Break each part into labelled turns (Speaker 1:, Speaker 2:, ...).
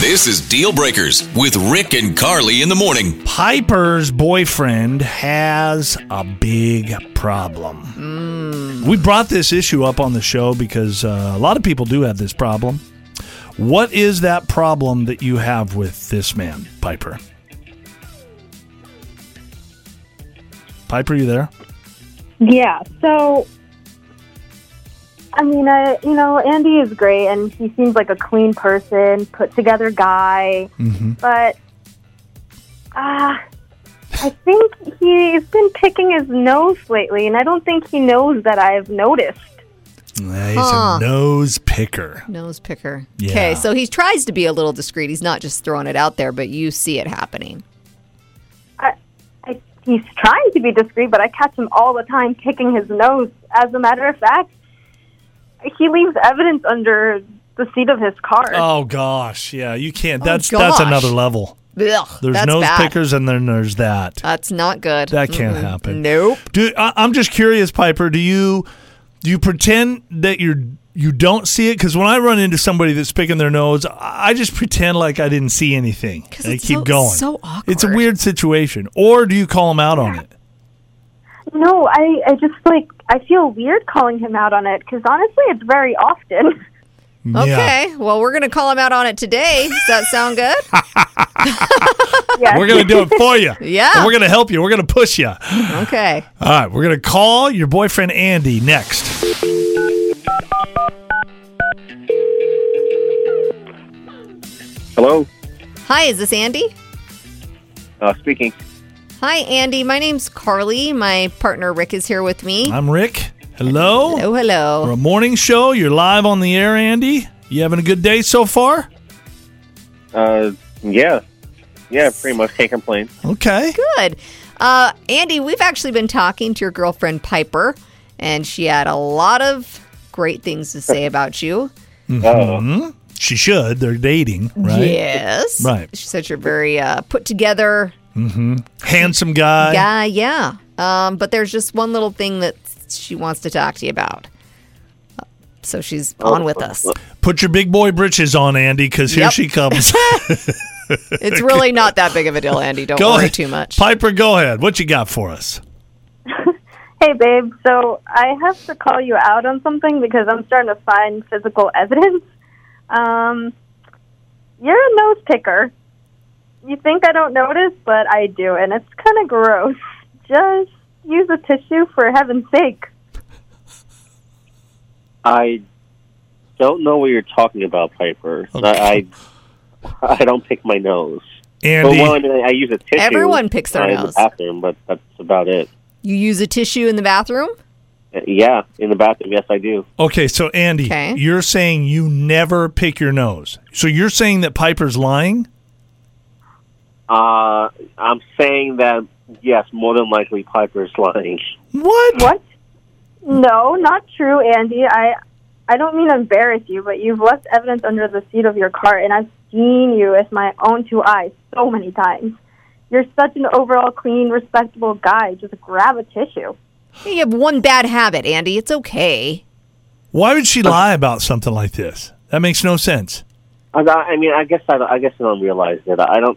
Speaker 1: This is Deal Breakers with Rick and Carly in the morning.
Speaker 2: Piper's boyfriend has a big problem. We brought this issue up on the show because uh, a lot of people do have this problem. What is that problem that you have with this man, Piper? Piper, you there?
Speaker 3: Yeah. So, I mean, I you know, Andy is great, and he seems like a clean person, put together guy. But uh, I think he's been picking his nose lately, and I don't think he knows that I've noticed.
Speaker 2: Nah, He's
Speaker 4: Huh.
Speaker 2: a nose picker.
Speaker 4: Nose picker.
Speaker 2: Yeah.
Speaker 4: Okay, so he tries to be a little discreet. He's not just throwing it out there, but you see it happening.
Speaker 3: I, I, he's trying to be discreet, but I catch him all the time picking his nose. As a matter of fact, he leaves evidence under the seat of his car.
Speaker 2: Oh gosh, yeah, you can't.
Speaker 4: Oh,
Speaker 2: That's that's
Speaker 4: gosh.
Speaker 2: another level.
Speaker 4: Ugh,
Speaker 2: There's
Speaker 4: that's
Speaker 2: nose
Speaker 4: bad.
Speaker 2: pickers, and then there's that.
Speaker 4: That's not good.
Speaker 2: That can't
Speaker 4: Mm-mm.
Speaker 2: happen.
Speaker 4: Nope.
Speaker 2: Do I, I'm just curious, Piper? Do you do you pretend that you're you don't see it? Because when I run into somebody that's picking their nose, I I just pretend like I didn't see anything.
Speaker 4: 'Cause
Speaker 2: and I
Speaker 4: it's
Speaker 2: keep
Speaker 4: so-
Speaker 2: going.
Speaker 4: so
Speaker 2: It's a
Speaker 4: awkward.
Speaker 2: weird situation. Or do you call them out on it?
Speaker 3: No, I, I just like I feel weird calling him out on it because honestly, it's very often.
Speaker 2: Yeah.
Speaker 4: Okay, well, we're going to call him out on it today. Does that sound good?
Speaker 3: yes.
Speaker 2: We're gonna do it for you.
Speaker 4: Yeah.
Speaker 2: And we're gonna help you. We're gonna push you.
Speaker 4: Okay.
Speaker 2: All right, we're gonna call your boyfriend Andy next.
Speaker 5: Hello,
Speaker 4: Hi, is this Andy?
Speaker 5: uh, speaking.
Speaker 4: Hi, Andy. My name's Carly. My partner Rick is here with me.
Speaker 2: I'm Rick. Hello.
Speaker 4: Oh,
Speaker 2: We're
Speaker 4: hello.
Speaker 2: a morning show. You're live on the air, Andy. You having a good day so far?
Speaker 5: Uh, yeah, yeah, pretty much can't complain.
Speaker 2: Okay.
Speaker 4: Good. Uh, Andy, we've actually been talking to your girlfriend Piper, and she had a lot of great things to say about you.
Speaker 5: Uh,
Speaker 2: She should. They're dating, right?
Speaker 4: Yes.
Speaker 2: Right.
Speaker 4: She said you're very uh, put together
Speaker 2: Handsome guy.
Speaker 4: guy. Yeah. Um, but there's just one little thing that she wants to talk to you about. So she's on with us.
Speaker 2: Put your big boy britches on, Andy, because here
Speaker 4: Yep.
Speaker 2: she comes.
Speaker 4: It's really not that big of a deal, Andy. Don't
Speaker 2: go
Speaker 4: worry
Speaker 2: ahead.
Speaker 4: too much.
Speaker 2: Piper, go ahead. What you got for us?
Speaker 3: Hey, babe. So I have to call you out on something because I'm starting to find physical evidence. Um, you're a nose picker. You think I don't notice, but I do, and it's kind of gross. Just use a tissue for heaven's sake.
Speaker 5: I don't know what you're talking about, Piper. I, I I don't pick my nose. But
Speaker 2: Andy,
Speaker 5: well, I mean, I, I use a tissue.
Speaker 4: Everyone picks their
Speaker 5: uh, in the
Speaker 4: nose.
Speaker 5: bathroom, but that's about it.
Speaker 4: You use a tissue in the bathroom?
Speaker 5: Uh, Yeah, in the bathroom. Yes, I do.
Speaker 2: okay, so Andy,
Speaker 4: Okay.
Speaker 2: you're saying you never pick your nose. So you're saying that Piper's lying?
Speaker 5: Uh, I'm saying that yes, more than likely Piper's lying.
Speaker 2: What?
Speaker 3: What? No, not true, Andy. I I don't mean to embarrass you, but you've left evidence under the seat of your car, and I've seen you with my own two eyes so many times. You're such an overall clean, respectable guy. Just grab a tissue.
Speaker 4: Hey, You have one bad habit, Andy. It's okay.
Speaker 2: Why would she lie about something like this? That makes no sense.
Speaker 5: I, I mean, I guess I, I guess I don't realize it. I don't. I-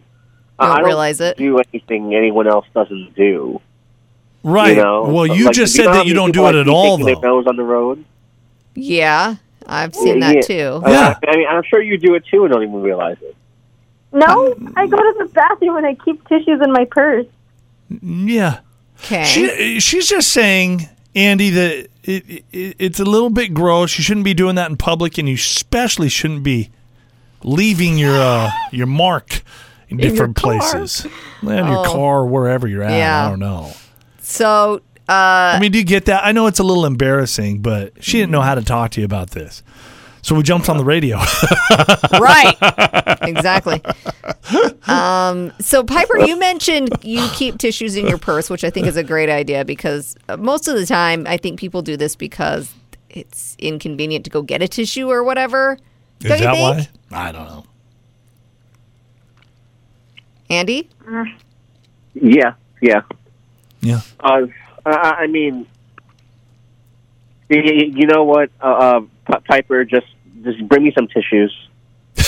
Speaker 4: Don't
Speaker 5: I don't
Speaker 4: realize it.
Speaker 5: Do anything anyone else doesn't do.
Speaker 2: Right.
Speaker 5: You know?
Speaker 2: well, you
Speaker 5: Like,
Speaker 2: just
Speaker 5: know
Speaker 2: said
Speaker 5: how
Speaker 2: that you don't
Speaker 5: many
Speaker 2: do
Speaker 5: people
Speaker 2: it
Speaker 5: I
Speaker 2: at
Speaker 5: see
Speaker 2: all,
Speaker 5: taking
Speaker 2: though.
Speaker 5: Their nose on the road.
Speaker 4: Yeah, I've seen
Speaker 5: Yeah. Uh,
Speaker 4: that too.
Speaker 5: I-
Speaker 2: Yeah.
Speaker 5: I, mean, I'm sure you do it too and don't even realize it.
Speaker 3: No, I go to the bathroom and I keep tissues in my purse.
Speaker 2: Yeah.
Speaker 4: Okay.
Speaker 2: She she's just saying, Andy, that it, it it's a little bit gross. You shouldn't be doing that in public, and you especially shouldn't be leaving your uh, your mark in,
Speaker 4: your
Speaker 2: different
Speaker 4: car.
Speaker 2: places, in your
Speaker 4: Oh.
Speaker 2: car, wherever you're at. I
Speaker 4: Yeah.
Speaker 2: don't know.
Speaker 4: so, uh,
Speaker 2: I mean, do you get that? I know it's a little embarrassing, but she didn't know how to talk to you about this. So we jumped on the radio.
Speaker 4: right. exactly. Um, so, Piper, you mentioned you keep tissues in your purse, which I think is a great idea because uh, most of the time, I think people do this because it's inconvenient to go get a tissue or whatever. Don't
Speaker 2: Is
Speaker 4: you
Speaker 2: that
Speaker 4: think?
Speaker 2: why? I don't know.
Speaker 4: Andy?
Speaker 5: Yeah, yeah.
Speaker 2: Yeah.
Speaker 5: Uh, I, I mean, y- y- you know what, uh, uh, P- Piper, just just bring me some tissues.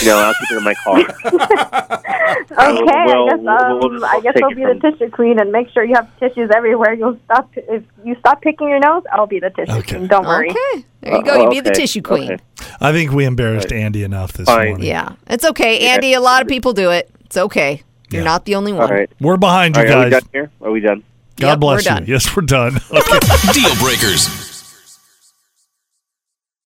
Speaker 5: No, I'll keep it in my car.
Speaker 3: Okay,
Speaker 5: Oh, Well,
Speaker 3: I guess um,
Speaker 5: we'll- we'll
Speaker 3: I guess
Speaker 5: take
Speaker 3: I'll
Speaker 5: it
Speaker 3: be the
Speaker 5: from-
Speaker 3: tissue queen and make sure you have tissues everywhere. You'll stop if you stop picking your nose. I'll be the tissue
Speaker 2: Okay.
Speaker 3: queen. Don't worry.
Speaker 4: Okay. There you go. You be the
Speaker 5: Oh, Uh, Okay,
Speaker 4: tissue queen.
Speaker 5: okay.
Speaker 2: I think we embarrassed Andy enough this
Speaker 5: Fine.
Speaker 2: morning.
Speaker 4: Yeah. It's okay, Andy. A lot of people do it. It's okay. You're
Speaker 2: Yeah.
Speaker 4: not the only
Speaker 5: All
Speaker 4: one.
Speaker 5: right.
Speaker 2: We're behind you
Speaker 5: All right, are we
Speaker 2: guys.
Speaker 5: done here? Are we done?
Speaker 2: God
Speaker 4: Yep, we're
Speaker 2: bless you.
Speaker 4: done.
Speaker 2: Yes, we're done.
Speaker 1: Deal breakers.